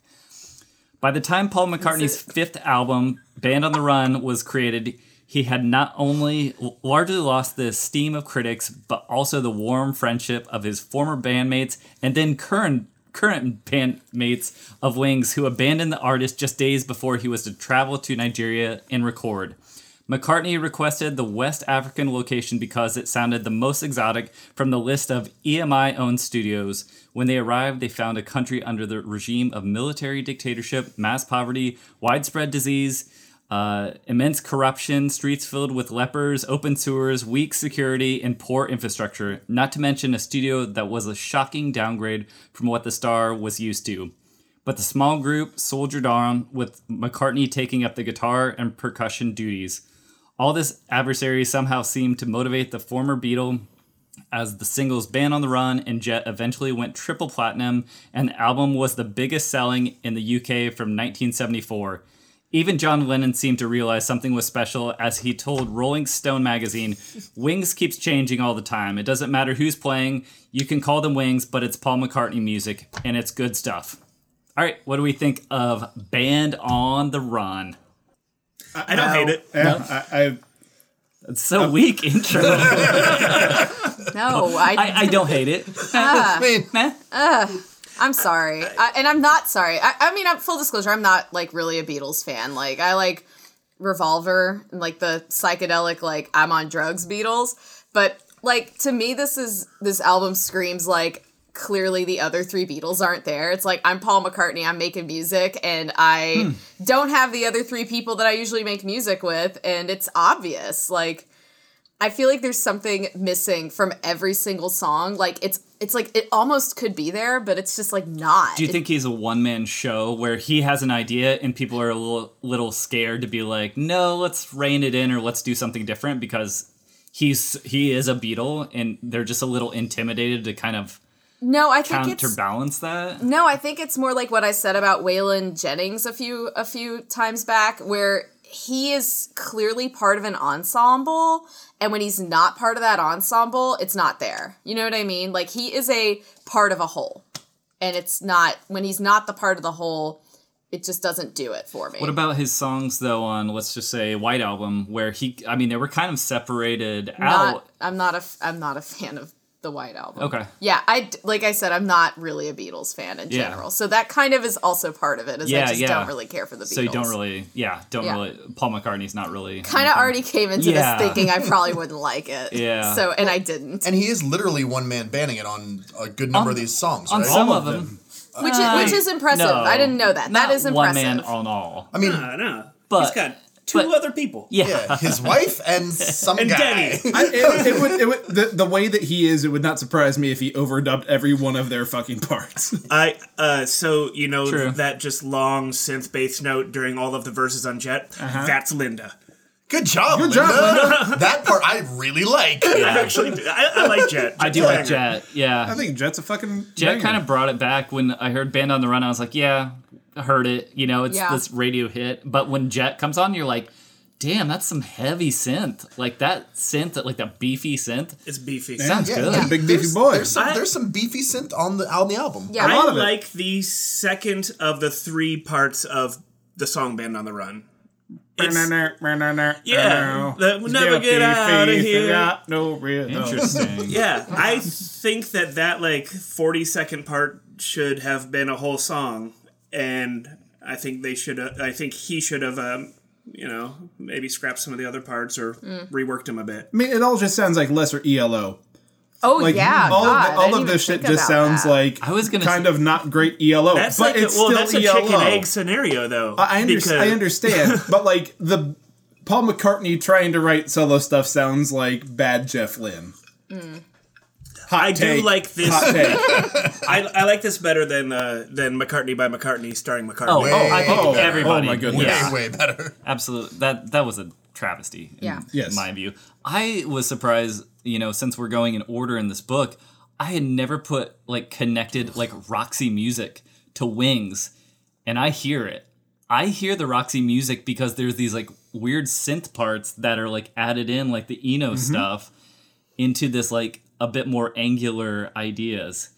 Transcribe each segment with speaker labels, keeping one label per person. Speaker 1: By the time Paul McCartney's fifth album, Band on the Run, was created, he had not only largely lost the esteem of critics, but also the warm friendship of his former bandmates and then current current bandmates of Wings, who abandoned the artist just days before he was to travel to Nigeria and record. McCartney requested the West African location because it sounded the most exotic from the list of EMI owned studios. When they arrived, they found a country under the regime of military dictatorship, mass poverty, widespread disease, uh, immense corruption, streets filled with lepers, open sewers, weak security, and poor infrastructure, not to mention a studio that was a shocking downgrade from what the star was used to. But the small group soldiered on, with McCartney taking up the guitar and percussion duties. All this adversary somehow seemed to motivate the former Beatle as the singles Ban on the Run and Jet eventually went triple platinum, and the album was the biggest selling in the UK from 1974. Even John Lennon seemed to realize something was special as he told Rolling Stone magazine, Wings keeps changing all the time. It doesn't matter who's playing, you can call them Wings, but it's Paul McCartney music, and it's good stuff. All right, what do we think of Band on the Run?
Speaker 2: I don't hate it.
Speaker 3: Yeah, I, I,
Speaker 1: It's so weak intro. I,
Speaker 4: No, Oh, I,
Speaker 1: I don't hate it.
Speaker 4: am sorry, I, and I'm not sorry. I, I mean, I'm full disclosure. I'm not like really a Beatles fan. Like I like Revolver and like the psychedelic like I'm on drugs Beatles, but like to me this is this album screams like clearly the other three Beatles aren't there. It's like I'm Paul McCartney, I'm making music and I
Speaker 1: Hmm.
Speaker 4: don't have the other three people that I usually make music with and it's obvious. Like I feel like there's something missing from every single song. Like it's it's like it almost could be there, but it's just like not.
Speaker 1: Do you think he's a one man show where he has an idea and people are a little, little scared to be like, no, let's rein it in or let's do something different because he's he is a beetle and they're just a little intimidated to kind of
Speaker 4: no, I think it's
Speaker 1: counterbalance that?
Speaker 4: No, I think it's more like what I said about Waylon Jennings a few a few times back, where he is clearly part of an ensemble, and when he's not part of that ensemble, it's not there. You know what I mean? Like he is a part of a whole, and it's not when he's not the part of the whole, it just doesn't do it for me.
Speaker 1: What about his songs though on let's just say White Album where he I mean they were kind of separated
Speaker 4: not,
Speaker 1: out.
Speaker 4: I'm not a f- I'm not a fan of the White Album.
Speaker 1: Okay.
Speaker 4: Yeah, I d- like I said, I'm not really a Beatles fan in
Speaker 1: Yeah.
Speaker 4: general, so that kind of is also part of it. Is
Speaker 1: Yeah,
Speaker 4: I just
Speaker 1: yeah.
Speaker 4: don't really care for the Beatles.
Speaker 1: So you don't really yeah, don't
Speaker 4: Yeah.
Speaker 1: really Paul McCartney's not really
Speaker 4: kind of already came into
Speaker 1: Mm-hmm. Yeah.
Speaker 4: this thinking I probably wouldn't like it.
Speaker 1: Yeah.
Speaker 4: So and I didn't,
Speaker 5: and he is literally one man banning it on a good number of these songs.
Speaker 1: Um, on
Speaker 5: right?
Speaker 1: some
Speaker 2: All
Speaker 1: of
Speaker 2: of
Speaker 1: them.
Speaker 4: which is which is impressive.
Speaker 1: No,
Speaker 4: I didn't know that.
Speaker 1: not
Speaker 4: That is
Speaker 1: one
Speaker 4: impressive.
Speaker 1: man on all.
Speaker 5: I mean,
Speaker 2: No, no.
Speaker 1: But-
Speaker 2: He's got two
Speaker 1: but-
Speaker 2: other people.
Speaker 5: yeah, his wife and some
Speaker 2: And
Speaker 5: guy.
Speaker 2: Denny.
Speaker 3: I- it, it would, it would, the, the way that he is, it would not surprise me if he overdubbed every one of their fucking parts.
Speaker 2: I uh so you know
Speaker 1: True.
Speaker 2: that just long synth bass note during all of the verses on Jet?
Speaker 6: Uh-huh.
Speaker 2: That's Linda.
Speaker 5: Good job, good
Speaker 3: job,
Speaker 5: that part I really like.
Speaker 2: Actually I, I like Jet.
Speaker 1: I do like Jet. Yeah.
Speaker 3: I think Jet's a fucking.
Speaker 1: Jet kind of brought it back when I heard Band on the Run. I was like, yeah, heard it. You know, it's
Speaker 4: Yeah.
Speaker 1: this radio hit. But when Jet comes on, you're like, damn, that's some heavy synth. Like that synth, like that beefy synth.
Speaker 2: It's beefy.
Speaker 1: Sounds
Speaker 5: Yeah,
Speaker 1: good.
Speaker 5: yeah.
Speaker 3: Big beefy
Speaker 5: there's,
Speaker 3: boy.
Speaker 5: There's some,
Speaker 2: I-
Speaker 5: there's some beefy synth on the on the album.
Speaker 4: Yeah.
Speaker 3: lot
Speaker 2: I
Speaker 3: of it.
Speaker 2: like the second of the three parts of the song Band on the Run. It's- Yeah, that would never get out of here.
Speaker 3: Got no rhythm.
Speaker 1: Interesting.
Speaker 2: yeah, I think that that like 40 second part should have been a whole song, and I think they should. Uh, I think he should have. Um, you know, maybe scrapped some of the other parts or reworked them a bit.
Speaker 3: I mean, it all just sounds like lesser ELO.
Speaker 4: Oh
Speaker 3: Like
Speaker 4: yeah,
Speaker 3: all
Speaker 4: God,
Speaker 3: of
Speaker 4: I
Speaker 3: the, all
Speaker 4: didn't
Speaker 3: of
Speaker 4: even
Speaker 3: this shit
Speaker 4: think
Speaker 3: just
Speaker 4: about
Speaker 3: sounds
Speaker 4: that.
Speaker 3: like
Speaker 1: I was gonna
Speaker 3: kind
Speaker 1: say-
Speaker 3: of not great ELO,
Speaker 2: That's like
Speaker 3: but
Speaker 2: a,
Speaker 3: it's
Speaker 2: well,
Speaker 3: still E
Speaker 2: that's a
Speaker 3: ELO.
Speaker 2: chicken egg scenario though.
Speaker 3: I, under-
Speaker 2: because-
Speaker 3: I understand, but like the Paul McCartney trying to write solo stuff sounds like bad Jeff Lynne. Hot
Speaker 2: I do
Speaker 3: take.
Speaker 2: like this.
Speaker 3: Hot take.
Speaker 2: I, I like this better than uh, than McCartney by McCartney starring McCartney.
Speaker 1: Oh, oh, I think
Speaker 3: Oh,
Speaker 1: everybody.
Speaker 3: oh my goodness.
Speaker 1: Yeah.
Speaker 5: Way, way better.
Speaker 1: Absolutely. That that was a travesty. In
Speaker 4: Yeah.
Speaker 3: Yes.
Speaker 1: My view. I was surprised. You know, since we're going in order in this book, I had never put like connected like Roxy music to Wings, and I hear it. I hear the Roxy music because there's these like weird synth parts that are like added in, like the Eno stuff, into this like a bit more angular ideas.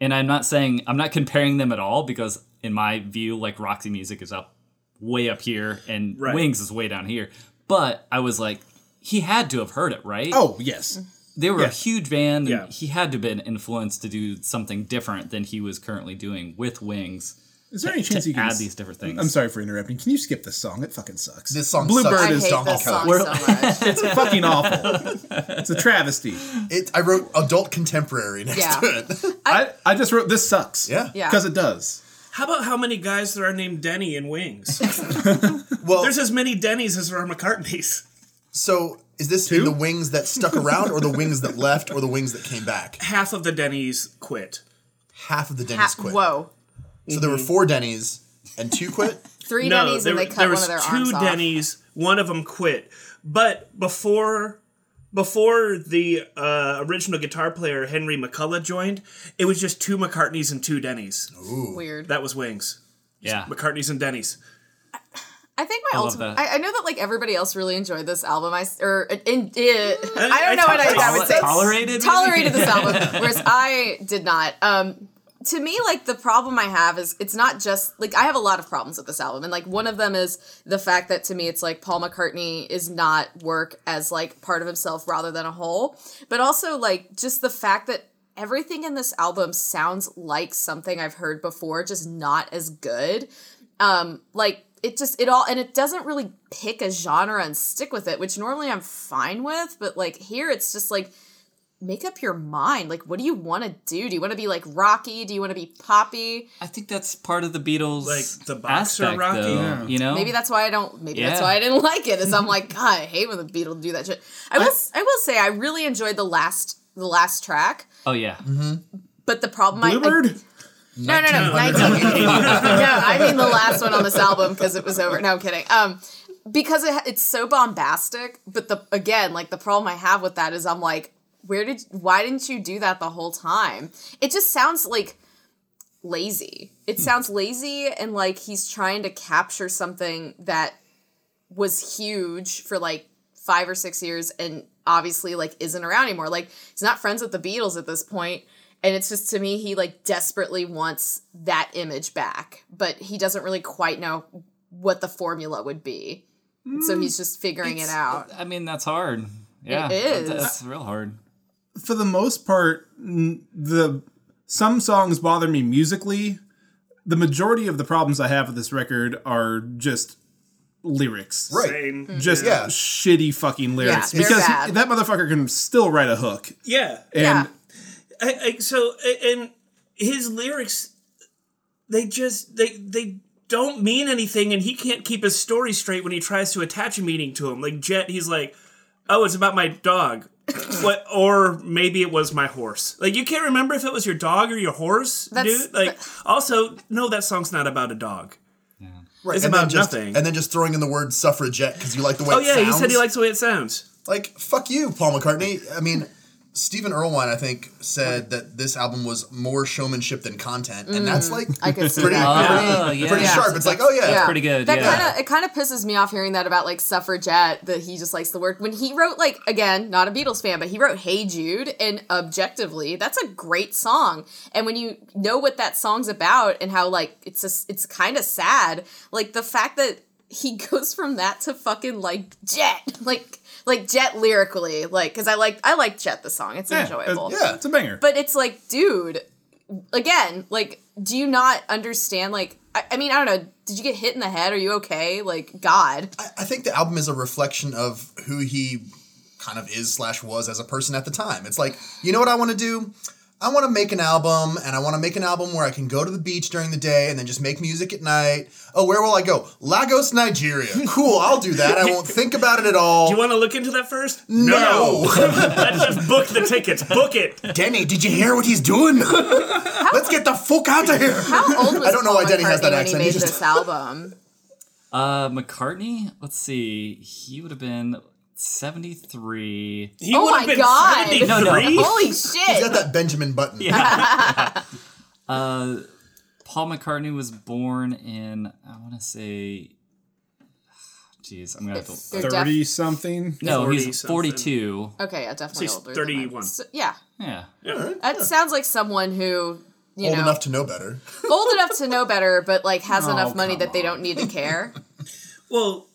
Speaker 1: And I'm not saying I'm not comparing them at all because in my view, like Roxy music is up way up here and
Speaker 2: Right.
Speaker 1: Wings is way down here. But I was like, he had to have heard it, right?
Speaker 3: oh yes,
Speaker 1: they were a huge band. And
Speaker 2: Yeah.
Speaker 1: He had to have been influenced to do something different than he was currently doing with Wings
Speaker 3: is there any
Speaker 1: to
Speaker 3: chance you can
Speaker 1: add
Speaker 3: s-
Speaker 1: these different things.
Speaker 3: I'm sorry for interrupting. Can you skip this song? It fucking sucks.
Speaker 5: This song
Speaker 3: Bluebird
Speaker 5: sucks.
Speaker 4: I
Speaker 3: is
Speaker 4: hate
Speaker 5: Donkey
Speaker 4: this
Speaker 5: Kong.
Speaker 4: song so much.
Speaker 3: it's fucking awful. It's a travesty.
Speaker 5: It, I wrote adult contemporary next
Speaker 4: Yeah.
Speaker 5: to it.
Speaker 3: I, I just wrote this sucks.
Speaker 5: Yeah.
Speaker 4: Yeah.
Speaker 3: Because it does.
Speaker 2: How about how many guys there are named Denny in Wings?
Speaker 5: Well,
Speaker 2: There's as many Denny's as there are McCartneys.
Speaker 5: so is this in the wings that stuck around, or the wings that left, or the wings that came back?
Speaker 2: Half of the Denny's quit.
Speaker 5: Half of the Denny's
Speaker 4: Ha-
Speaker 5: quit.
Speaker 4: Whoa,
Speaker 5: So there were
Speaker 1: Mm-hmm.
Speaker 5: four Denny's and two quit.
Speaker 4: three
Speaker 2: no,
Speaker 4: Denny's
Speaker 2: there,
Speaker 4: and they
Speaker 2: there
Speaker 4: cut
Speaker 2: was
Speaker 4: one of their
Speaker 2: two
Speaker 4: arms off.
Speaker 2: Denny's. One of them quit. But before before the uh, original guitar player Henry McCullough joined, it was just two McCartneys and two Denny's.
Speaker 4: Weird.
Speaker 2: That was Wings.
Speaker 1: yeah.
Speaker 2: McCartney's and Denny's.
Speaker 4: I think my
Speaker 1: I love
Speaker 4: ultimate.
Speaker 1: that.
Speaker 4: I, I know that like everybody else really enjoyed this album. I s- or uh, in, in- I
Speaker 2: I
Speaker 4: don't know what I, I
Speaker 2: tolerate-
Speaker 4: would say.
Speaker 1: tolerated maybe?
Speaker 4: tolerated this album, whereas I did not. Um, to me, like the problem I have is it's not just like I have a lot of problems with this album, and like one of them is the fact that to me it's like Paul McCartney is not work as like part of himself rather than a whole, but also like just the fact that everything in this album sounds like something I've heard before, just not as good. Um, like it just it all and it doesn't really pick a genre and stick with it, which normally I'm fine with, but like here it's just like make up your mind. Like, what do you want to do? Do you want to be like Rocky? Do you want to be Poppy?
Speaker 1: I think that's part of the Beatles
Speaker 2: Like the boxer
Speaker 1: aspect,
Speaker 2: Rocky?
Speaker 1: though,
Speaker 3: Yeah.
Speaker 1: you know?
Speaker 4: Maybe that's why I don't. Maybe that's
Speaker 1: Yeah.
Speaker 4: why I didn't like it. Is I'm like, God, I hate when the Beatles do that shit. I will. s- I will say I really enjoyed the last the last track,
Speaker 1: Oh yeah.
Speaker 4: but the problem I, I
Speaker 3: Bluebird?
Speaker 4: no no no 1988. no I mean the last one on this album because it was over. No, I'm kidding. Um, because it, it's so bombastic. But the again, like the problem I have with that is I'm like, where did why didn't you do that the whole time? It just sounds like lazy. It sounds lazy and like he's trying to capture something that was huge for like five or six years and obviously like isn't around anymore. Like he's not friends with the Beatles at this point, And it's just to me, he like desperately wants that image back, but he doesn't really quite know what the formula would be. And So he's just figuring it out.
Speaker 1: I mean, that's hard. Yeah.
Speaker 4: It is.
Speaker 1: That- That's real hard.
Speaker 3: For the most part, n- the some songs bother me musically. The majority of the problems I have with this record are just lyrics.
Speaker 5: Right.
Speaker 2: Same.
Speaker 3: Just
Speaker 5: Yeah.
Speaker 3: shitty fucking lyrics.
Speaker 4: they're
Speaker 3: because
Speaker 4: bad.
Speaker 3: that motherfucker can still write a hook.
Speaker 2: Yeah.
Speaker 4: Yeah.
Speaker 3: And
Speaker 2: I, I, so a- and his lyrics they just they they don't mean anything and he can't keep his story straight when he tries to attach a meaning to him like jet he's like oh it's about my dog what or maybe it was my horse like you can't remember if it was your dog or your horse
Speaker 4: That's-
Speaker 2: dude like also no that song's not about a dog
Speaker 5: Right.
Speaker 2: It's
Speaker 5: and
Speaker 2: about
Speaker 5: then just,
Speaker 2: nothing.
Speaker 5: And then just throwing in the word suffragette because you like the way
Speaker 2: oh
Speaker 5: it
Speaker 2: yeah
Speaker 5: sounds.
Speaker 2: he said he likes the way it sounds
Speaker 5: Like, fuck you, Paul McCartney. I mean, Stephen Irwine, I think, said that this album was more showmanship than content, and that's like
Speaker 4: Mm, I could see
Speaker 5: pretty,
Speaker 4: that.
Speaker 1: Oh,
Speaker 5: pretty,
Speaker 1: yeah.
Speaker 5: pretty
Speaker 1: Yeah.
Speaker 5: sharp. It's like, oh yeah,
Speaker 1: pretty good,
Speaker 4: That
Speaker 1: yeah.
Speaker 4: kind of it kind of pisses me off hearing that about like suffragette that he just likes the word. When he wrote like again, not a Beatles fan, but he wrote Hey Jude, and objectively, that's a great song. And when you know what that song's about and how like it's a, it's kind of sad, like the fact that he goes from that to fucking like Jet, like like Jet lyrically, like because I like I like Jet the song, it's
Speaker 3: Yeah,
Speaker 4: enjoyable.
Speaker 3: eh, it's- yeah, it's a banger.
Speaker 4: But it's like, dude, again, like, do you not understand? Like, I, I mean, I don't know. Did you get hit in the head? Are you okay? Like, God.
Speaker 5: I- I think the album is a reflection of who he kind of is slash was as a person at the time. It's like, you know what I want to do? I want to make an album, and I want to make an album where I can go to the beach during the day and then just make music at night. Oh, where will I go? Lagos, Nigeria. Cool, I'll do that. I won't think about it at all.
Speaker 2: You want to look into that first?
Speaker 5: No.
Speaker 2: Let's just book the tickets. Book it.
Speaker 5: Denny, did you hear what he's doing? Let's get the fuck out of here.
Speaker 4: How old was
Speaker 5: I don't know why
Speaker 4: Paul
Speaker 5: Denny has that
Speaker 4: McCartney when
Speaker 5: accent.
Speaker 4: He
Speaker 5: He
Speaker 4: made
Speaker 5: just-
Speaker 4: this album.
Speaker 1: Uh, McCartney, let's see, he would have been 73.
Speaker 2: He
Speaker 4: Oh
Speaker 2: would
Speaker 4: my
Speaker 2: have been
Speaker 4: God.
Speaker 2: 73.
Speaker 1: No, no.
Speaker 4: Holy
Speaker 5: He's got
Speaker 4: shit!
Speaker 5: that Benjamin Button.
Speaker 1: Uh, Paul McCartney was born in, I want to say, jeez, I'm going to have to.
Speaker 4: They're def-
Speaker 3: 30 something.
Speaker 1: No,
Speaker 2: 40
Speaker 1: he's
Speaker 2: something.
Speaker 1: 42.
Speaker 4: okay, yeah, definitely
Speaker 2: He's
Speaker 4: older. than mine.
Speaker 2: 31.
Speaker 4: So- yeah,
Speaker 1: Yeah.
Speaker 4: that sounds like someone who you
Speaker 5: Old
Speaker 4: know
Speaker 5: enough to know better.
Speaker 4: old enough to know better, but like has
Speaker 3: Oh,
Speaker 4: enough money
Speaker 3: come
Speaker 4: that they don't need to care.
Speaker 2: Well,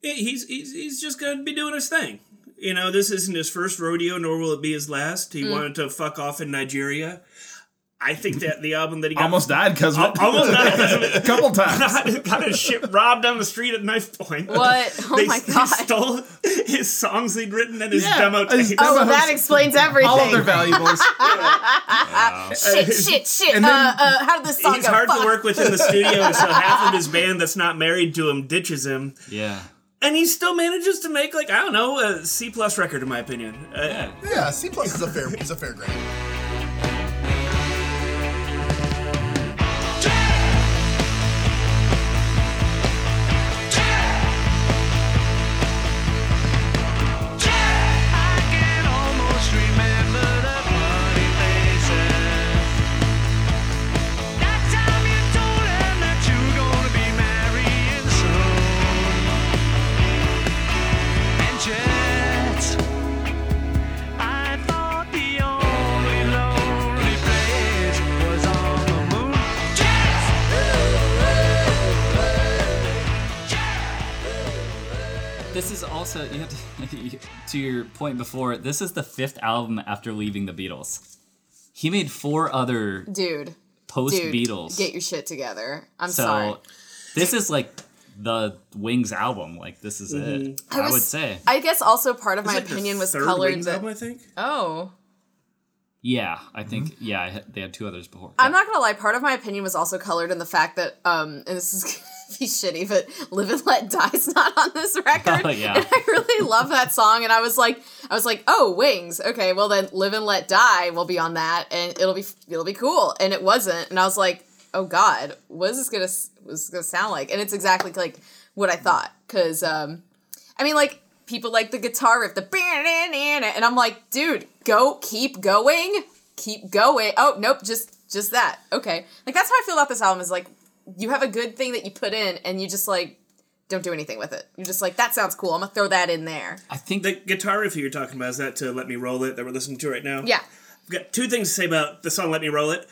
Speaker 2: he- he's he's he's just gonna be doing his thing. You know, this isn't his first rodeo, nor will it be his last.
Speaker 4: Mm.
Speaker 2: He wanted to fuck off in Nigeria. I think that the album that he got
Speaker 3: Almost died because of it.
Speaker 2: almost died 'cause of
Speaker 3: a couple times.
Speaker 2: got, got his shit robbed on the street at knife point.
Speaker 4: What? Oh
Speaker 2: They,
Speaker 4: my
Speaker 2: they
Speaker 4: god!
Speaker 2: stole his songs he'd written and his
Speaker 3: Yeah,
Speaker 2: demo
Speaker 3: his
Speaker 2: tapes.
Speaker 4: oh,
Speaker 3: demo-
Speaker 4: that explains everything.
Speaker 3: All of their valuables.
Speaker 4: shit, shit, shit.
Speaker 3: And then-
Speaker 4: uh, uh, how did this song
Speaker 2: He's
Speaker 4: go?
Speaker 2: hard
Speaker 4: Fuck.
Speaker 2: to work with in the studio, so half of his band that's not married to him ditches him,
Speaker 1: Yeah.
Speaker 2: and he still manages to make like I don't know a C plus record, in my opinion. Uh,
Speaker 5: Yeah, C plus is a fair is a fair grade.
Speaker 6: I can almost remember the bloody faces. That time you told him that you were gonna be marrying soon. And yet, I thought the only lonely place was on the moon.
Speaker 1: This is also, you have to, to your point before, this is the fifth album after leaving the Beatles. He made four other
Speaker 4: dude.
Speaker 1: post
Speaker 4: Dude,
Speaker 1: Beatles.
Speaker 4: get your shit together. I'm
Speaker 1: So
Speaker 4: sorry.
Speaker 1: this is like the Wings album. Like this is it. I,
Speaker 4: was-
Speaker 1: would say.
Speaker 4: I guess also part of my
Speaker 2: like the
Speaker 4: opinion was
Speaker 2: third
Speaker 4: colored.
Speaker 2: Wings
Speaker 4: that-
Speaker 2: album, I think.
Speaker 4: oh,
Speaker 1: Yeah, I
Speaker 3: Mm-hmm.
Speaker 1: think. Yeah, I had- they had two others before.
Speaker 4: I'm not gonna lie. Part of my opinion was also colored in the fact that um, and this is gonna be shitty, but "Live and Let Die's not on this record.
Speaker 1: Oh, yeah.
Speaker 4: And I really love that song, and I was like, I was like, oh, Wings. Okay, well then, "Live and Let Die" will be on that, and it'll be it'll be cool. And it wasn't, and I was like, oh god, what is this gonna s- what's this gonna sound like? And it's exactly like what I thought, because um, I mean, like people like the guitar riff, the and I'm like, dude, go keep going, keep going. Oh nope, just just that. Okay, like that's how I feel about this album. Is like you have a good thing that you put in, and you just like don't do anything with it. You're just like that sounds cool. I'm gonna throw that in there.
Speaker 1: I think
Speaker 2: The guitar riff you're talking about is that to "Let Me Roll It" that we're listening to right now.
Speaker 4: Yeah,
Speaker 2: I've got two things to say about the song "Let Me Roll It."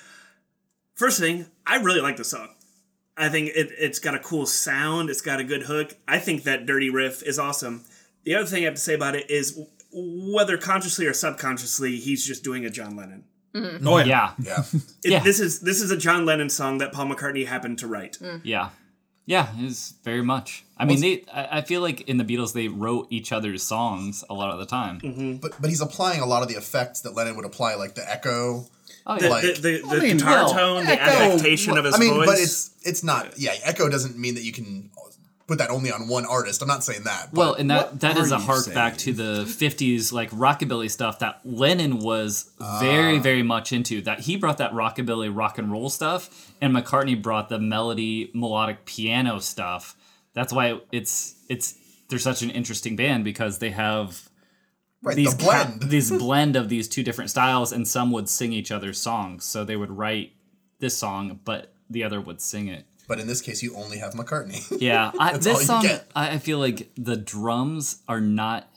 Speaker 2: First thing, I really like the song. I think it, it's got a cool sound. It's got a good hook. I think that dirty riff is awesome. The other thing I have to say about it is w- whether consciously or subconsciously, he's just doing a John Lennon.
Speaker 3: Oh, yeah.
Speaker 1: yeah,
Speaker 5: Yeah.
Speaker 2: It-
Speaker 1: Yeah.
Speaker 2: This is this is a John Lennon song that Paul McCartney happened to write.
Speaker 1: yeah, yeah. It's very much. I mean, they. I I feel like in the Beatles they wrote each other's songs a lot of the time.
Speaker 3: Mm-hmm.
Speaker 5: But but he's applying a lot of the effects that Lennon would apply, like the echo.
Speaker 1: Oh
Speaker 2: The,
Speaker 1: yeah,
Speaker 5: Like-
Speaker 2: the, the, the
Speaker 3: I mean,
Speaker 2: guitar
Speaker 1: well,
Speaker 2: tone, the
Speaker 5: Echo-
Speaker 2: affectation of his
Speaker 5: I mean,
Speaker 2: voice.
Speaker 5: but it's it's not. Yeah, echo doesn't mean that you can put that only on one artist. I'm not saying that. but-
Speaker 1: Well, and that that
Speaker 3: are
Speaker 1: is a
Speaker 3: you
Speaker 1: hark back to the '50s, like rockabilly stuff that Lennon was very,
Speaker 3: Ah.
Speaker 1: very much into. That he brought that rockabilly rock and roll stuff, and McCartney brought the melody, melodic piano stuff. That's why it's it's they're such an interesting band because they have
Speaker 5: Right,
Speaker 1: these
Speaker 5: the
Speaker 1: ca-
Speaker 5: blend.
Speaker 1: these blend of these two different styles, and some would sing each other's songs. So they would write this song, but the other would sing it.
Speaker 5: but in this case, you only have McCartney.
Speaker 1: Yeah, I,
Speaker 5: all
Speaker 1: this
Speaker 5: you
Speaker 1: song,
Speaker 5: get.
Speaker 1: I, I feel like the drums are not.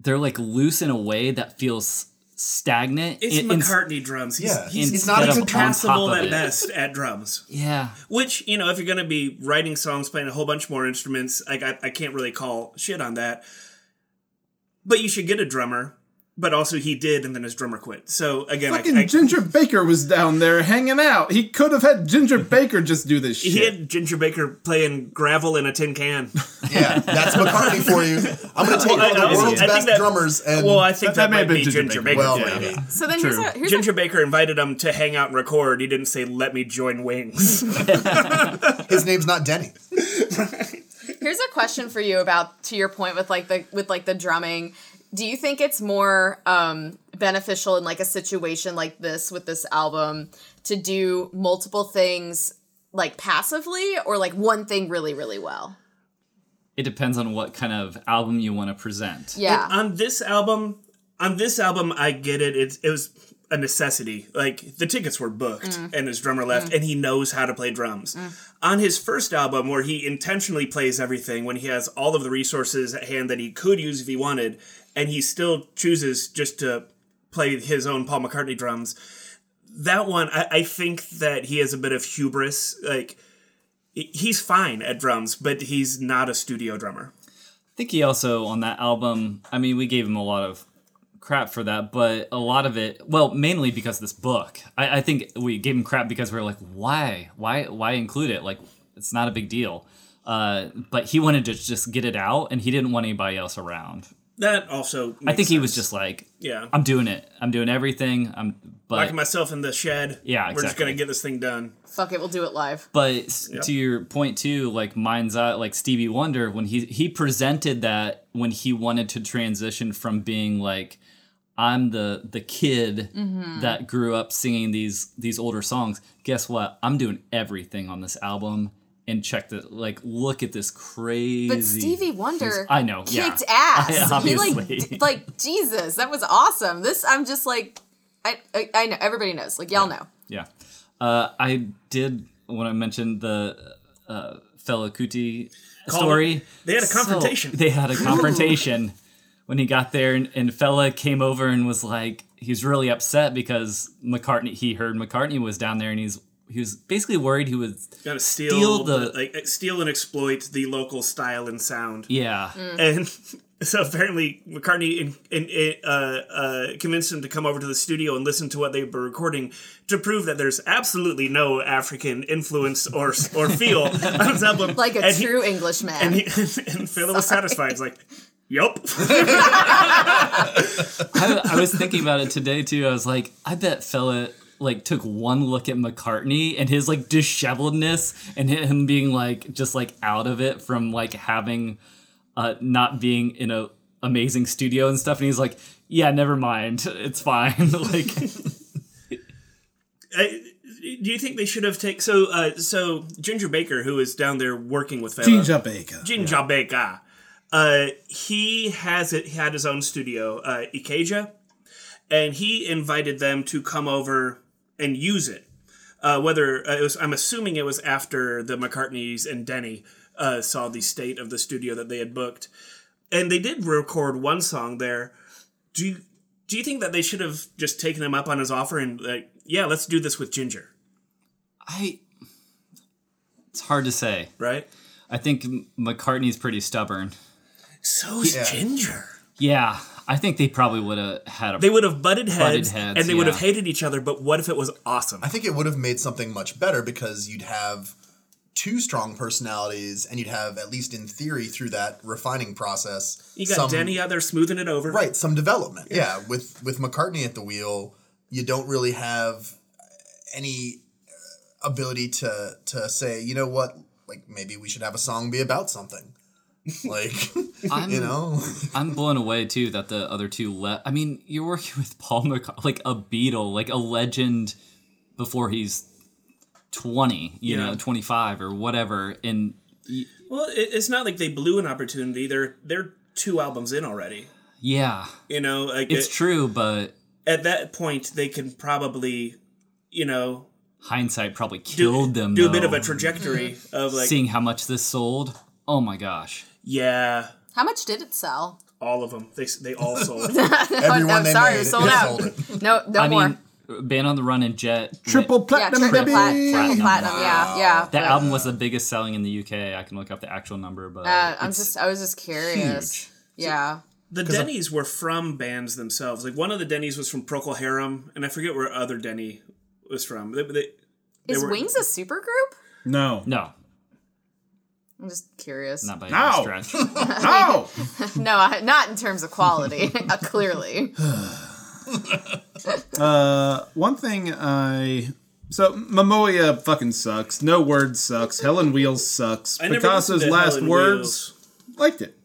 Speaker 1: They're like loose in a way that feels stagnant.
Speaker 2: It's
Speaker 1: in- in-
Speaker 2: McCartney drums. He's,
Speaker 5: Yeah,
Speaker 2: he's
Speaker 5: he's not
Speaker 1: instead of on top
Speaker 2: passable
Speaker 1: of
Speaker 2: at
Speaker 1: it.
Speaker 2: best at drums.
Speaker 1: Yeah,
Speaker 2: Which you know, if you're going to be writing songs, playing a whole bunch more instruments, like I, I can't really call shit on that. But you should get a drummer. But also, he did, and then his drummer quit. So again, I,
Speaker 3: Fucking
Speaker 2: I,
Speaker 3: Ginger Baker was down there hanging out. He could have had Ginger Baker just do this
Speaker 2: he
Speaker 3: shit.
Speaker 2: had Ginger Baker playing gravel in a tin can.
Speaker 5: yeah, that's McCartney for you. I'm going to take
Speaker 2: I-
Speaker 5: one of
Speaker 2: I-
Speaker 5: the world's
Speaker 2: I think
Speaker 5: best
Speaker 2: that-
Speaker 5: drummers and
Speaker 2: Well, I think that,
Speaker 3: That- that may
Speaker 2: might
Speaker 3: have been
Speaker 2: be
Speaker 3: Ginger
Speaker 2: Ginger,
Speaker 3: Baker.
Speaker 2: Baker.
Speaker 5: well,
Speaker 2: yeah.
Speaker 5: maybe.
Speaker 4: So then here's
Speaker 1: True.
Speaker 4: a here's a
Speaker 2: Ginger Baker invited him to hang out and record. He didn't say, "Let me join Wings."
Speaker 5: His name's not Denny.
Speaker 4: Here's a question for you about to your point with like the with like the drumming. Do you think it's more um, beneficial in like a situation like this with this album to do multiple things like passively or like one thing really really well?
Speaker 1: it depends on what kind of album you want to present.
Speaker 4: Yeah.
Speaker 2: on this album, on this album, I get it. It, it was a necessity. Like the tickets were booked, and his drummer left, and he knows how to play drums. On his first album, where he intentionally plays everything, when he has all of the resources at hand that he could use if he wanted, and he still chooses just to play his own Paul McCartney drums. That one, I, I think that he has a bit of hubris. Like he- he's fine at drums, but he's not a studio drummer.
Speaker 1: I think he also on that album. I mean, we gave him a lot of crap for that, but a lot of it, well, mainly because of this book. I, I think we gave him crap because we were like, why, why, why include it? Like, it's not a big deal. Uh, but he wanted to just get it out, and he didn't want anybody else around.
Speaker 2: That also,
Speaker 1: I think he was just like,
Speaker 2: yeah.
Speaker 1: I'm doing it. I'm doing everything. I'm, but
Speaker 2: Locking myself in the shed.
Speaker 1: Yeah,
Speaker 2: We're just
Speaker 1: exactly.
Speaker 2: gonna get this thing done.
Speaker 4: Fuck it, we'll do it live.
Speaker 1: But s to your point too, like Mind's Eye, like Stevie Wonder, when he he presented that when he wanted to transition from being like, I'm the the kid
Speaker 4: Mm-hmm.
Speaker 1: that grew up singing these these older songs. Guess what? I'm doing everything on this album. And check the like. Look at this crazy.
Speaker 4: But Stevie Wonder,
Speaker 1: I know, yeah.
Speaker 4: kicked ass.
Speaker 1: I-
Speaker 4: he like,
Speaker 1: obviously.
Speaker 4: d- like Jesus, that was awesome. This, I'm just like, I, I, I know everybody knows. Like y'all know.
Speaker 1: Yeah. Uh, I did when I mentioned the uh, fellow Kuti story.
Speaker 2: They had a
Speaker 1: so-
Speaker 2: confrontation.
Speaker 1: they had a confrontation when he got there, and, and fella came over and was like, he's really upset because McCartney. He heard McCartney was down there, and he's he was basically worried he was.
Speaker 2: Gotta steal,
Speaker 1: Steal the-
Speaker 2: the, like uh, steal and exploit the local style and sound.
Speaker 1: Yeah,
Speaker 2: And so apparently McCartney in, in, in, uh, uh, convinced him to come over to the studio and listen to what they were recording to prove that there's absolutely no African influence or or feel on this album.
Speaker 4: Like a
Speaker 2: and he-
Speaker 4: true Englishman.
Speaker 2: and, he, and Phil was satisfied. He's like, "Yup."
Speaker 1: I, I was thinking about it today too. I was like, I bet fella like took one look at McCartney and his like disheveledness and him being like just like out of it from like having uh not being in a amazing studio and stuff and he's like, yeah, never mind. It's fine. like
Speaker 2: Uh, do you think they should have taken so uh, so Ginger Baker, who is down there working with Fela,
Speaker 3: Ginger Baker.
Speaker 2: Ginger Baker, uh, he has it, he had his own studio, uh, Ikeja, and he invited them to come over and use it. Uh, whether uh, it was, I'm assuming it was after the McCartneys and Denny uh, saw the state of the studio that they had booked, and they did record one song there. Do you, do you think that they should have just taken him up on his offer and like, yeah, let's do this with Ginger,
Speaker 1: I it's hard to say.
Speaker 2: right?
Speaker 1: I think M- McCartney's pretty stubborn.
Speaker 2: So's Ginger.
Speaker 1: Yeah, I think they probably would have had a
Speaker 2: They would have butted heads,
Speaker 1: heads,
Speaker 2: and they would
Speaker 1: yeah.
Speaker 2: have hated each other, but what if it was awesome?
Speaker 5: I think it would have made something much better because you'd have two strong personalities and you'd have, at least in theory, through that refining process,
Speaker 2: You got
Speaker 5: some-
Speaker 2: Denny out there smoothing it over.
Speaker 5: right some development yeah. with with mccartney at the wheel you don't really have any uh, ability to to say you know what like maybe we should have a song be about something like you know
Speaker 1: I'm blown away too that the other two left. I mean, you're working with Paul McCartney, like a Beatle, like a legend before he's 20, you
Speaker 2: Yeah.
Speaker 1: know, 25 or whatever. And
Speaker 2: Well, it, it's not like they blew an opportunity. They're they're two albums in already.
Speaker 1: Yeah,
Speaker 2: You know, like
Speaker 1: it's
Speaker 2: it-
Speaker 1: true, but
Speaker 2: at that point they can probably, you know,
Speaker 1: hindsight probably
Speaker 2: do,
Speaker 1: killed them.
Speaker 2: do a bit
Speaker 1: though.
Speaker 2: of a trajectory of like
Speaker 1: seeing how much this sold. Oh my gosh.
Speaker 2: yeah,
Speaker 4: How much did it sell?
Speaker 2: all of them. They s- they all sold.
Speaker 5: Everyone
Speaker 4: no,
Speaker 5: they
Speaker 4: sorry,
Speaker 5: made,
Speaker 4: sold
Speaker 5: they
Speaker 4: out.
Speaker 5: sold it.
Speaker 4: No, no
Speaker 1: I
Speaker 4: more.
Speaker 1: mean, Band on the Run and Jet.
Speaker 3: Triple
Speaker 4: yeah,
Speaker 3: platinum,
Speaker 4: triple, plat-
Speaker 3: baby.
Speaker 4: triple platinum.
Speaker 1: Platinum.
Speaker 4: Yeah, yeah.
Speaker 1: That
Speaker 4: but,
Speaker 1: album was the biggest selling in the UK. I can look up the actual number, but
Speaker 4: Uh, I'm
Speaker 1: it's
Speaker 4: just. I was just curious.
Speaker 1: huge.
Speaker 4: Yeah.
Speaker 2: The Denny's were from bands themselves. Like one of the Denny's was from Procol Harum, and I forget where other Denny was from. They, they, they
Speaker 4: Is
Speaker 2: were-
Speaker 4: Wings a supergroup?
Speaker 3: No. No.
Speaker 1: no,
Speaker 4: I'm just curious.
Speaker 1: not by
Speaker 3: No.
Speaker 1: any stretch.
Speaker 4: No, I, not in terms of quality. uh, clearly.
Speaker 3: Uh, one thing I. So Momoya fucking sucks. No Word sucks. Helen Wheels sucks.
Speaker 2: I never
Speaker 3: Picasso's
Speaker 2: listened to
Speaker 3: Last
Speaker 2: Helen
Speaker 3: Words
Speaker 2: Wheels.
Speaker 3: liked it.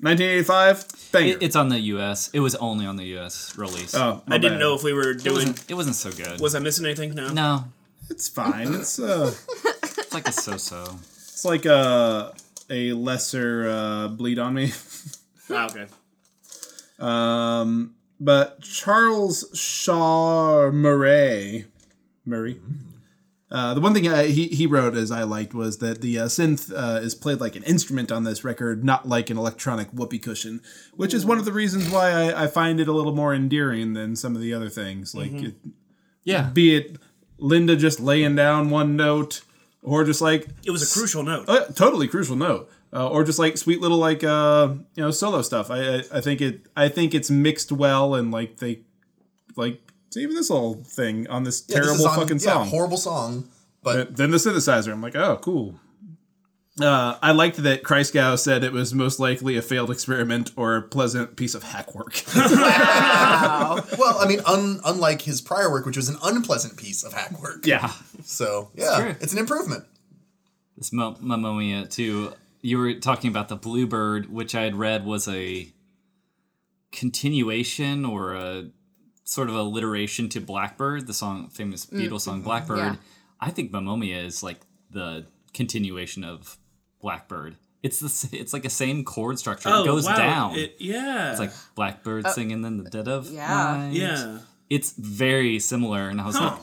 Speaker 3: 1985, banger.
Speaker 1: It- it's on the US. It was only on the US release.
Speaker 3: oh, my
Speaker 2: I didn't
Speaker 3: bad.
Speaker 2: know if we were
Speaker 1: it
Speaker 2: doing.
Speaker 1: wasn't. It wasn't so good.
Speaker 2: Was I missing anything? No.
Speaker 1: no,
Speaker 3: It's fine. It's uh,
Speaker 1: it's like a so-so.
Speaker 3: it's like a a lesser uh, bleed on me.
Speaker 2: Ah, okay.
Speaker 3: Um, but Charles Shaw Murray, Murray. Uh, the one thing I, he he wrote as I liked was that the uh, synth uh, is played like an instrument on this record, not like an electronic whoopee cushion, which is one of the reasons why I, I find it a little more endearing than some of the other things. Like, it,
Speaker 1: Yeah,
Speaker 3: be it Linda just laying down one note, or just like
Speaker 2: It was a crucial note.
Speaker 1: Oh,
Speaker 3: uh, totally crucial no uh, or just like sweet little like uh you know solo stuff I, I i think it i think it's mixed well and like they like it's even this little thing on this
Speaker 5: Yeah, this
Speaker 3: terrible
Speaker 5: is on-
Speaker 3: fucking
Speaker 5: yeah,
Speaker 3: song
Speaker 5: horrible song. But
Speaker 3: then the synthesizer i'm like oh cool uh, I liked that Kreisgau said it was most likely a failed experiment or a pleasant piece of hack work.
Speaker 5: well, I mean, un, unlike his prior work, which was an unpleasant piece of hack work.
Speaker 3: yeah.
Speaker 5: So yeah,
Speaker 1: true.
Speaker 5: it's, an improvement.
Speaker 1: this Mo- Momoia too. You were talking about the Bluebird, which I had read was a continuation or a sort of alliteration to Blackbird, the song, famous Beatles song Blackbird.
Speaker 4: Mm. yeah.
Speaker 1: I think Mamomia is like the continuation of Blackbird. It's the s- it's like a same chord structure.
Speaker 2: oh,
Speaker 1: it goes
Speaker 2: wow.
Speaker 1: down.
Speaker 2: It- yeah.
Speaker 1: it's like Blackbird singing in the dead of
Speaker 4: Oh. yeah.
Speaker 1: night.
Speaker 2: yeah.
Speaker 1: It's very similar, and I was like, I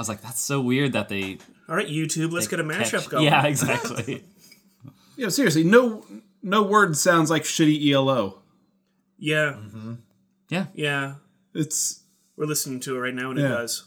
Speaker 1: was like, that's so weird that they
Speaker 2: All right, YouTube, let's get a mashup
Speaker 1: catch-
Speaker 2: going.
Speaker 1: Yeah, exactly.
Speaker 3: Yeah, seriously, no no word sounds like shitty E ELO.
Speaker 2: Yeah.
Speaker 1: Mm-hmm. yeah,
Speaker 2: Yeah.
Speaker 3: It's
Speaker 2: We're listening to it right now, and it
Speaker 3: Yeah.
Speaker 2: does.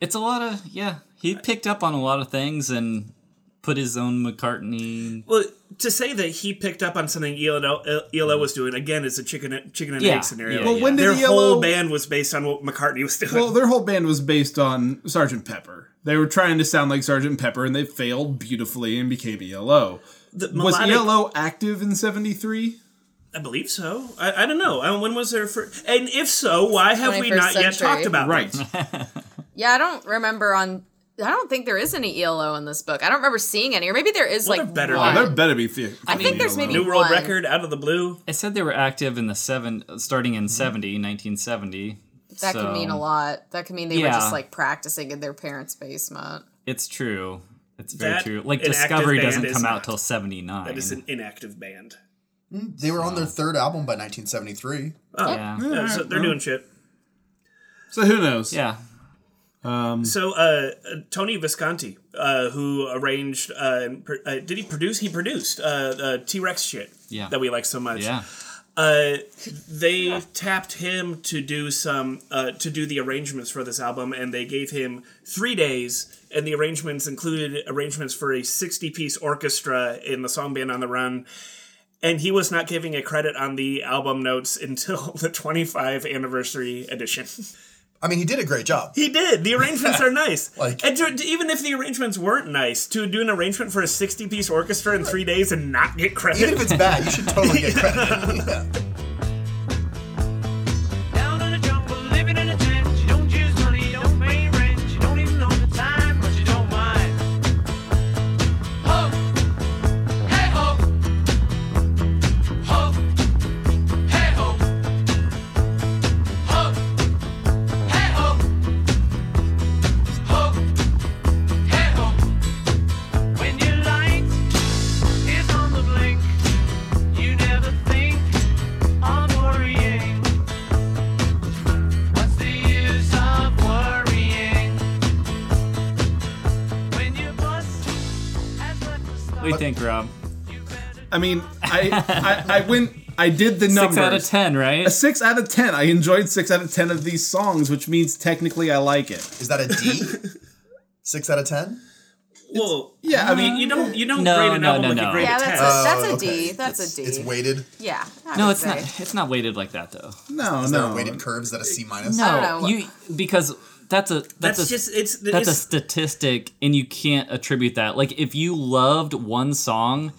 Speaker 1: It's a lot of yeah. He picked up on a lot of things and put his own McCartney.
Speaker 2: Well, to say that he picked up on something ELO, ELO was doing again is a chicken chicken and
Speaker 1: Mm-hmm. Yeah,
Speaker 2: egg scenario.
Speaker 1: yeah, Well, yeah. when
Speaker 3: did
Speaker 5: E
Speaker 2: their
Speaker 3: ELO
Speaker 2: whole band was based on what McCartney was doing?
Speaker 3: Well, their whole band was based on Sergeant Pepper. They were trying to sound like Sergeant Pepper, and they failed beautifully and became ELO.
Speaker 2: the
Speaker 3: Was
Speaker 2: melodic-
Speaker 3: ELO active in '73?
Speaker 2: I believe so. I, I don't know. I, when was their first? And if so, why have we not
Speaker 4: 21st
Speaker 2: yet
Speaker 4: century.
Speaker 2: talked about
Speaker 3: Right.
Speaker 2: them?
Speaker 4: Yeah, I don't remember on. I don't think there is any ELO in this book. I don't remember seeing any, or maybe there is like
Speaker 2: there better
Speaker 4: one.
Speaker 2: be.
Speaker 3: Oh, there better be. Few,
Speaker 4: I think there's maybe
Speaker 2: New World
Speaker 4: one.
Speaker 2: Record out of the blue?
Speaker 1: I said they were active in the seven, starting in
Speaker 2: Mm-hmm.
Speaker 1: 70, 1970.
Speaker 4: That
Speaker 1: so
Speaker 4: could mean a lot. That could mean they were
Speaker 1: Yeah.
Speaker 4: just like practicing in their parents' basement.
Speaker 1: It's true. It's very
Speaker 2: That
Speaker 1: true. Like
Speaker 2: an active
Speaker 1: Discovery
Speaker 2: band
Speaker 1: doesn't
Speaker 2: is
Speaker 1: come out
Speaker 2: not.
Speaker 1: till seventy nine.
Speaker 2: That is an inactive band.
Speaker 5: They were on their third album by 1973.
Speaker 1: yeah.
Speaker 2: Yeah,
Speaker 3: Uh-huh.
Speaker 2: so they're doing shit.
Speaker 3: E So who knows?
Speaker 1: yeah.
Speaker 2: So uh, uh, Tony Visconti, uh, who arranged, uh, and pro- uh, did he produce? He produced uh, uh, T Rex shit
Speaker 1: Yeah.
Speaker 2: that we like so much.
Speaker 1: Yeah.
Speaker 2: Uh, they tapped him to do some uh, to do the arrangements for this album, and they gave him three days. And the arrangements included arrangements for a sixty-piece orchestra in the song "Band on the Run." And he was not giving a credit on the album notes until the 25 anniversary edition.
Speaker 5: I mean, he did a great job.
Speaker 2: He did. The arrangements are nice.
Speaker 5: Like-
Speaker 2: and to, to- even if the arrangements weren't nice, to do an arrangement for a 60 piece orchestra in three days and not get
Speaker 5: Even
Speaker 2: credit.
Speaker 5: if it's bad, you should totally get credit. Yeah.
Speaker 6: Down on the jumper, living in a tent. You don't use money, you don't pay rent. You don't even know the time, but you don't mind. Ho, hey ho, ho, hey ho, ho, hey ho, ho, hey ho. When your light is on the blink, you never think
Speaker 1: What do you think, Rob?
Speaker 3: I mean, I, I I went. I did the numbers.
Speaker 1: Six out of ten, right?
Speaker 3: A six out of ten. I enjoyed six out of ten of these songs, which means technically I like it.
Speaker 5: Is that a D? Six out of ten?
Speaker 2: Whoa.
Speaker 3: Yeah, I mean,
Speaker 2: You don't you don't
Speaker 1: No,
Speaker 2: grade an
Speaker 1: no,
Speaker 2: album
Speaker 1: no,
Speaker 2: like
Speaker 1: no.
Speaker 2: you grade
Speaker 4: Yeah,
Speaker 2: a test.
Speaker 4: that's a, that's a
Speaker 5: Oh,
Speaker 4: D.
Speaker 5: okay.
Speaker 4: That's a D.
Speaker 5: It's weighted.
Speaker 4: Yeah. I
Speaker 1: no,
Speaker 4: would
Speaker 1: it's
Speaker 4: say.
Speaker 1: not. It's not weighted like that though.
Speaker 3: no,
Speaker 5: Is there
Speaker 3: no.
Speaker 5: weighted curves that a C minus?
Speaker 1: No,
Speaker 4: I don't know.
Speaker 1: you because that's a that's,
Speaker 2: that's
Speaker 1: a,
Speaker 2: just it's
Speaker 1: that's a
Speaker 2: it's,
Speaker 1: statistic, and you can't attribute that. Like if you loved one song,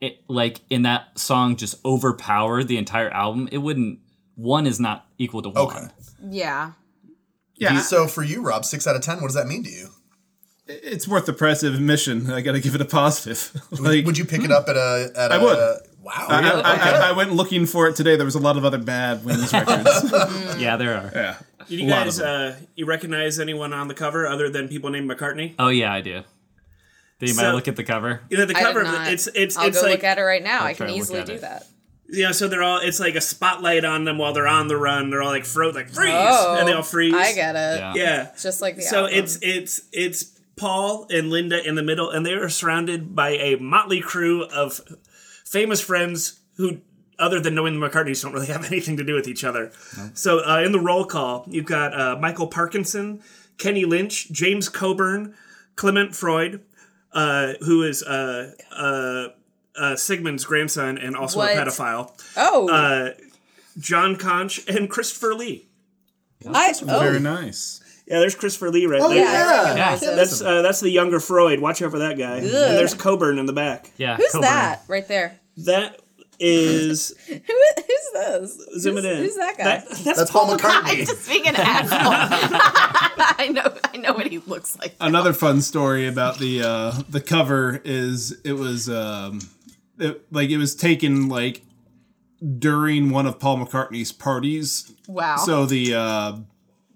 Speaker 1: it, like in that song just overpowered the entire album, it wouldn't. One is not equal to one.
Speaker 5: Okay.
Speaker 4: Yeah.
Speaker 3: Yeah,
Speaker 5: So for you, Rob, six out of ten. What does that mean to you?
Speaker 3: it's worth the price of admission. I got to give it a positive. like, hmm.
Speaker 5: Would you pick it up at a? At
Speaker 3: I would.
Speaker 5: a- Wow.
Speaker 3: I, I, I, I went looking for it today. There was a lot of other bad Wings records.
Speaker 1: Yeah, there are.
Speaker 3: yeah.
Speaker 2: Did you
Speaker 3: lot of
Speaker 2: guys uh, you recognize anyone on the cover other than people named McCartney?
Speaker 1: Oh yeah, I do. They might
Speaker 2: So-
Speaker 1: look at the cover.
Speaker 2: You know the
Speaker 4: I
Speaker 2: cover.
Speaker 4: did
Speaker 2: of
Speaker 4: not.
Speaker 2: it, It's it's
Speaker 4: I'll
Speaker 2: it's
Speaker 4: go
Speaker 2: like
Speaker 4: look at it right now. i
Speaker 1: try
Speaker 4: can
Speaker 1: to look
Speaker 4: easily
Speaker 1: at
Speaker 4: do
Speaker 1: it.
Speaker 4: that.
Speaker 2: you know. So they're all it's like a spotlight on them while they're on the run. They're all like fro like freeze
Speaker 4: Oh,
Speaker 2: and they all freeze.
Speaker 4: I get it.
Speaker 1: Yeah.
Speaker 2: Yeah.
Speaker 4: Just like the
Speaker 2: so
Speaker 4: album.
Speaker 2: it's it's it's Paul and Linda in the middle, and they are surrounded by a motley crew of famous friends who, other than knowing the McCartneys, don't really have anything to do with each other. So uh, in the roll call, you've got uh, Michael Parkinson, Kenny Lynch, James Coburn, Clement Freud, uh, who is uh, uh, uh, Sigmund's grandson and also
Speaker 4: What?
Speaker 2: a pedophile,
Speaker 4: oh,
Speaker 2: uh, John Conch, and Christopher Lee.
Speaker 4: I, oh
Speaker 3: Very nice.
Speaker 2: Yeah, there's Christopher Lee right
Speaker 5: Oh,
Speaker 2: there.
Speaker 4: yeah, I recognize
Speaker 1: Yeah.
Speaker 4: it.
Speaker 2: That's uh, that's the younger Freud. Watch out for that guy. And there's Coburn in the back.
Speaker 1: Yeah.
Speaker 4: Who's
Speaker 1: Coburn.
Speaker 4: that right there?
Speaker 2: That is
Speaker 4: Who is, who's this?
Speaker 2: zoom
Speaker 4: who's,
Speaker 2: it in.
Speaker 4: who's that guy?
Speaker 2: that's,
Speaker 5: That's Paul
Speaker 4: I'm
Speaker 5: McCartney.
Speaker 4: just being an asshole. I know. I know what he looks like.
Speaker 3: Another fun story about the uh, the cover is it was um, it, like it was taken like during one of Paul McCartney's parties.
Speaker 4: Wow.
Speaker 3: So the uh,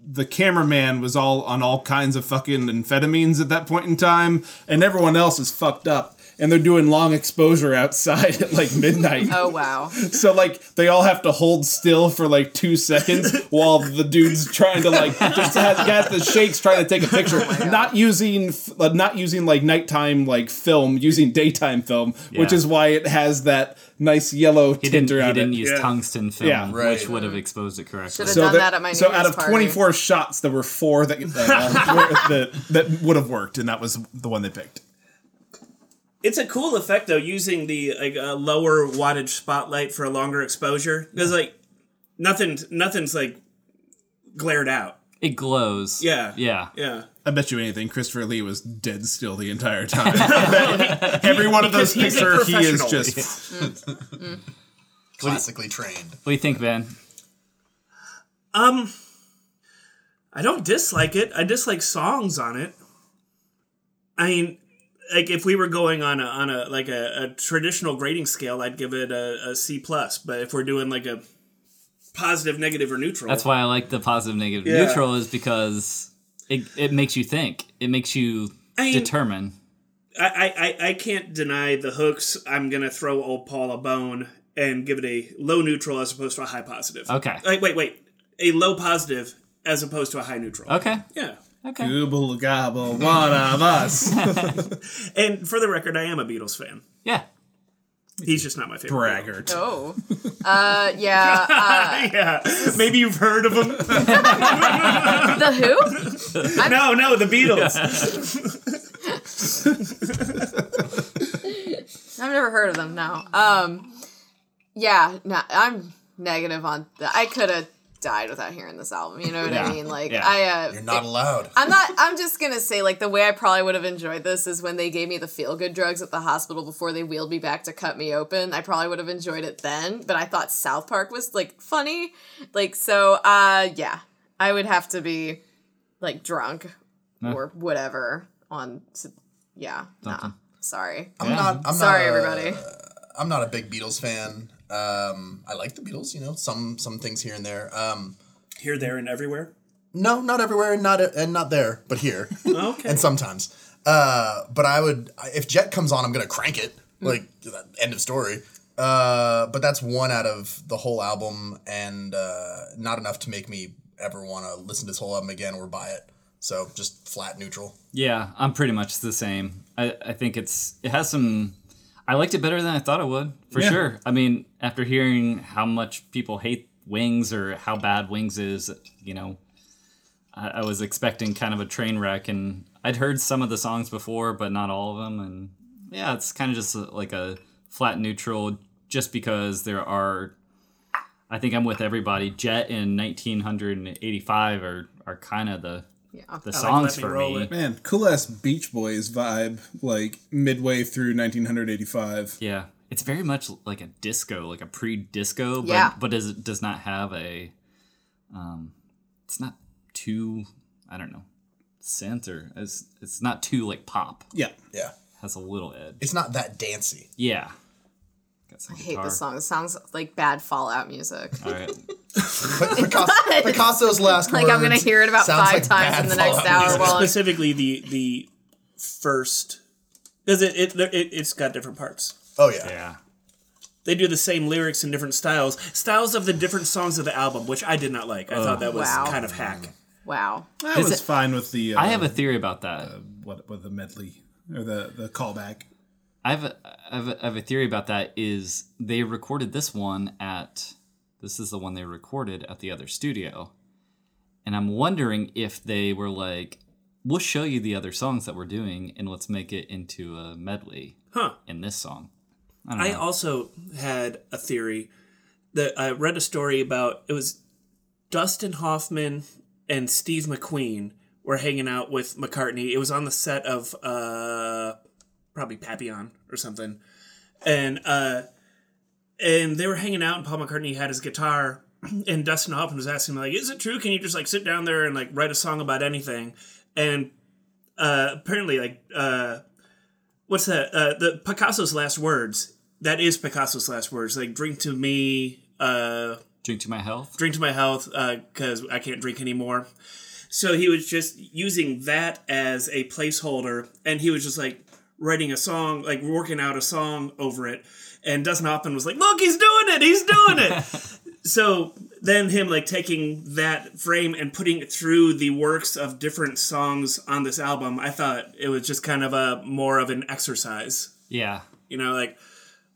Speaker 3: the cameraman was all on all kinds of fucking amphetamines at that point in time, and everyone else is fucked up. And they're doing long exposure outside at like midnight.
Speaker 4: oh wow.
Speaker 3: So like they all have to hold still for like two seconds while the dude's trying to like just has got the shakes trying to take a picture,
Speaker 2: Oh
Speaker 3: not using f- uh, not using like nighttime like film, using daytime film, which
Speaker 1: Yeah.
Speaker 3: is why it has that nice yellow
Speaker 1: He
Speaker 3: tint
Speaker 1: didn't. He
Speaker 3: around
Speaker 1: didn't
Speaker 3: it.
Speaker 1: use
Speaker 2: Yeah.
Speaker 1: tungsten film,
Speaker 3: Yeah.
Speaker 1: which
Speaker 5: Right.
Speaker 1: would have exposed it correctly.
Speaker 4: Should've-
Speaker 3: so
Speaker 4: done
Speaker 3: that-
Speaker 4: that at my
Speaker 3: so
Speaker 4: New
Speaker 3: out
Speaker 4: Year's
Speaker 3: of 24 shots, there were four that uh, were, that, that would have worked, and that was the one they picked.
Speaker 2: it's a cool effect though, using the like uh, lower wattage spotlight for a longer exposure. Because like nothing, nothing's like glared out.
Speaker 1: It glows.
Speaker 2: Yeah.
Speaker 1: Yeah.
Speaker 2: Yeah,
Speaker 3: I bet you anything, Christopher Lee was dead still the entire time. Every one of those
Speaker 2: because he's a
Speaker 3: pictures, he is
Speaker 2: professional.
Speaker 3: just
Speaker 5: Classically trained.
Speaker 1: What do you think, Ben?
Speaker 2: Um, I don't dislike it. I dislike songs on it. I mean, like if we were going on a on a like a, a traditional grading scale, I'd give it a, a C plus. But if we're doing like a positive, negative, or neutral,
Speaker 1: That's why I like the positive, negative,
Speaker 2: Yeah.
Speaker 1: neutral is because it, it makes you think. It makes you
Speaker 2: I mean-
Speaker 1: determine.
Speaker 2: I, I, I can't deny the hooks. I'm gonna throw old Paul a bone and give it a low neutral as opposed to a high positive.
Speaker 1: Okay.
Speaker 2: Wait, wait, wait. A low positive as opposed to a high neutral.
Speaker 1: Okay.
Speaker 2: Yeah.
Speaker 1: Okay.
Speaker 3: Gooble gobble, one of us.
Speaker 2: And for the record, I am a Beatles fan.
Speaker 1: Yeah.
Speaker 2: He's just not my favorite.
Speaker 3: Braggart.
Speaker 4: Oh. Uh yeah.
Speaker 2: Beatle. yeah. Maybe you've heard of him.
Speaker 4: uh, the who?
Speaker 2: no, no, the Beatles.
Speaker 4: I've never heard of them. No. Um. Yeah. No. I'm negative on. The, I could have died without hearing this album. You know what
Speaker 1: Yeah.
Speaker 4: I mean? Like
Speaker 1: Yeah.
Speaker 4: I. Uh,
Speaker 5: You're not allowed.
Speaker 4: I'm not. I'm just gonna say, like, the way I probably would have enjoyed this is when they gave me the feel good drugs at the hospital before they wheeled me back to cut me open. I probably would have enjoyed it then, but I thought South Park was like funny, like so. Uh, yeah, I would have to be like drunk or whatever on. To, yeah, nah, sorry,
Speaker 5: I'm not. I'm
Speaker 4: sorry,
Speaker 5: not a-
Speaker 4: everybody.
Speaker 5: I'm not a big Beatles fan. Um, I like the Beatles, you know, some some things here and there. Um,
Speaker 2: Here, there, and everywhere.
Speaker 5: no, not everywhere, and not and not there, but here,
Speaker 2: Okay.
Speaker 5: and sometimes. Uh, but I would if Jet comes on, I'm gonna crank it. Like end of story. Uh, but that's one out of the whole album, and uh, not enough to make me ever want to listen to this whole album again or buy it. So just flat neutral.
Speaker 1: Yeah, I'm pretty much the same. I, I think it's it has some. I liked it better than I thought it would for
Speaker 3: Yeah.
Speaker 1: sure. I mean, after hearing how much people hate Wings or how bad Wings is, you know, I, I was expecting kind of a train wreck, and I'd heard some of the songs before, but not all of them. And yeah, it's kind of just uh, like a flat neutral, just because there are. I think I'm with everybody. Jet in 1985 are are kind of the
Speaker 4: Yeah.
Speaker 1: the songs
Speaker 2: Let Me
Speaker 1: for
Speaker 2: Roll
Speaker 1: me.
Speaker 2: It.
Speaker 3: Man, cool ass Beach Boys vibe, like midway through 1985.
Speaker 1: Yeah, it's very much like a disco, like a pre-disco, but
Speaker 4: Yeah.
Speaker 1: but does does not have a, um, it's not too, I don't know, synth or it's it's not too like pop.
Speaker 3: Yeah.
Speaker 5: Yeah.
Speaker 1: has a little edge.
Speaker 5: It's not that dancey.
Speaker 1: Yeah, got some
Speaker 4: I hate this song. It sounds like bad Fallout music.
Speaker 1: All right,
Speaker 5: But Picasso, Picasso's last
Speaker 4: Like
Speaker 5: words
Speaker 4: I'm gonna hear it about
Speaker 5: sounds
Speaker 4: five
Speaker 5: like
Speaker 4: times
Speaker 5: bad
Speaker 4: in the next
Speaker 5: Fallout
Speaker 4: hour
Speaker 5: music.
Speaker 4: while I'm
Speaker 2: Specifically, the the first because it, it it it's got different parts.
Speaker 5: Oh yeah.
Speaker 1: yeah,
Speaker 2: They do the same lyrics in different styles, styles of the different songs of the album, which I did not like. I thought that was
Speaker 4: Wow.
Speaker 2: kind of hack.
Speaker 4: Wow.
Speaker 3: I was fine with the. Uh,
Speaker 1: I have a theory about that.
Speaker 3: what with the medley or the the callback.
Speaker 1: I have a, I have, a, I have a theory about that. Is they recorded this one at this is the one they recorded at the other studio, and I'm wondering if they were like, "We'll show you the other songs that we're doing, and let's make it into a medley
Speaker 2: Huh.
Speaker 1: in this song."
Speaker 2: I also had a theory that I read a story about. It was Dustin Hoffman and Steve McQueen were hanging out with McCartney. It was on the set of uh, probably Papillon or something, and uh, and they were hanging out, and Paul McCartney had his guitar, and Dustin Hoffman was asking him like, "Is it true? Can you just like sit down there and like write a song about anything?" And uh, apparently, like. Uh, what's that? Uh, the Picasso's last words. That is Picasso's last words. Like drink to me, uh,
Speaker 1: Drink to my health.
Speaker 2: drink to my health, because I can't drink anymore. So he was just using that as a placeholder, and he was just like writing a song, like working out a song over it. And Dustin Hoffman was like, "Look, he's doing it! He's doing it!" so then him like taking that frame and putting it through the works of different songs on this album, I thought it was just kind of a more of an exercise.
Speaker 1: Yeah,
Speaker 2: You know, like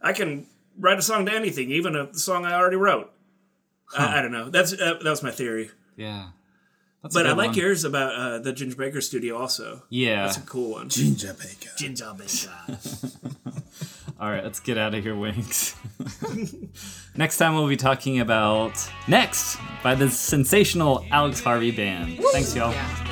Speaker 2: I can write a song to anything, even a song I already wrote. I, I don't know. That's uh, that was my theory.
Speaker 1: yeah. That's a
Speaker 2: But I
Speaker 1: good
Speaker 2: like
Speaker 1: one.
Speaker 2: yours about uh, the Ginger Baker studio also.
Speaker 1: Yeah.
Speaker 2: That's a cool one.
Speaker 3: Ginger Baker.
Speaker 2: Ginger Baker.
Speaker 1: All right, let's get out of here, Wings. Next time we'll be talking about next by the sensational Alex Harvey Band. Thanks, y'all.
Speaker 4: Yeah.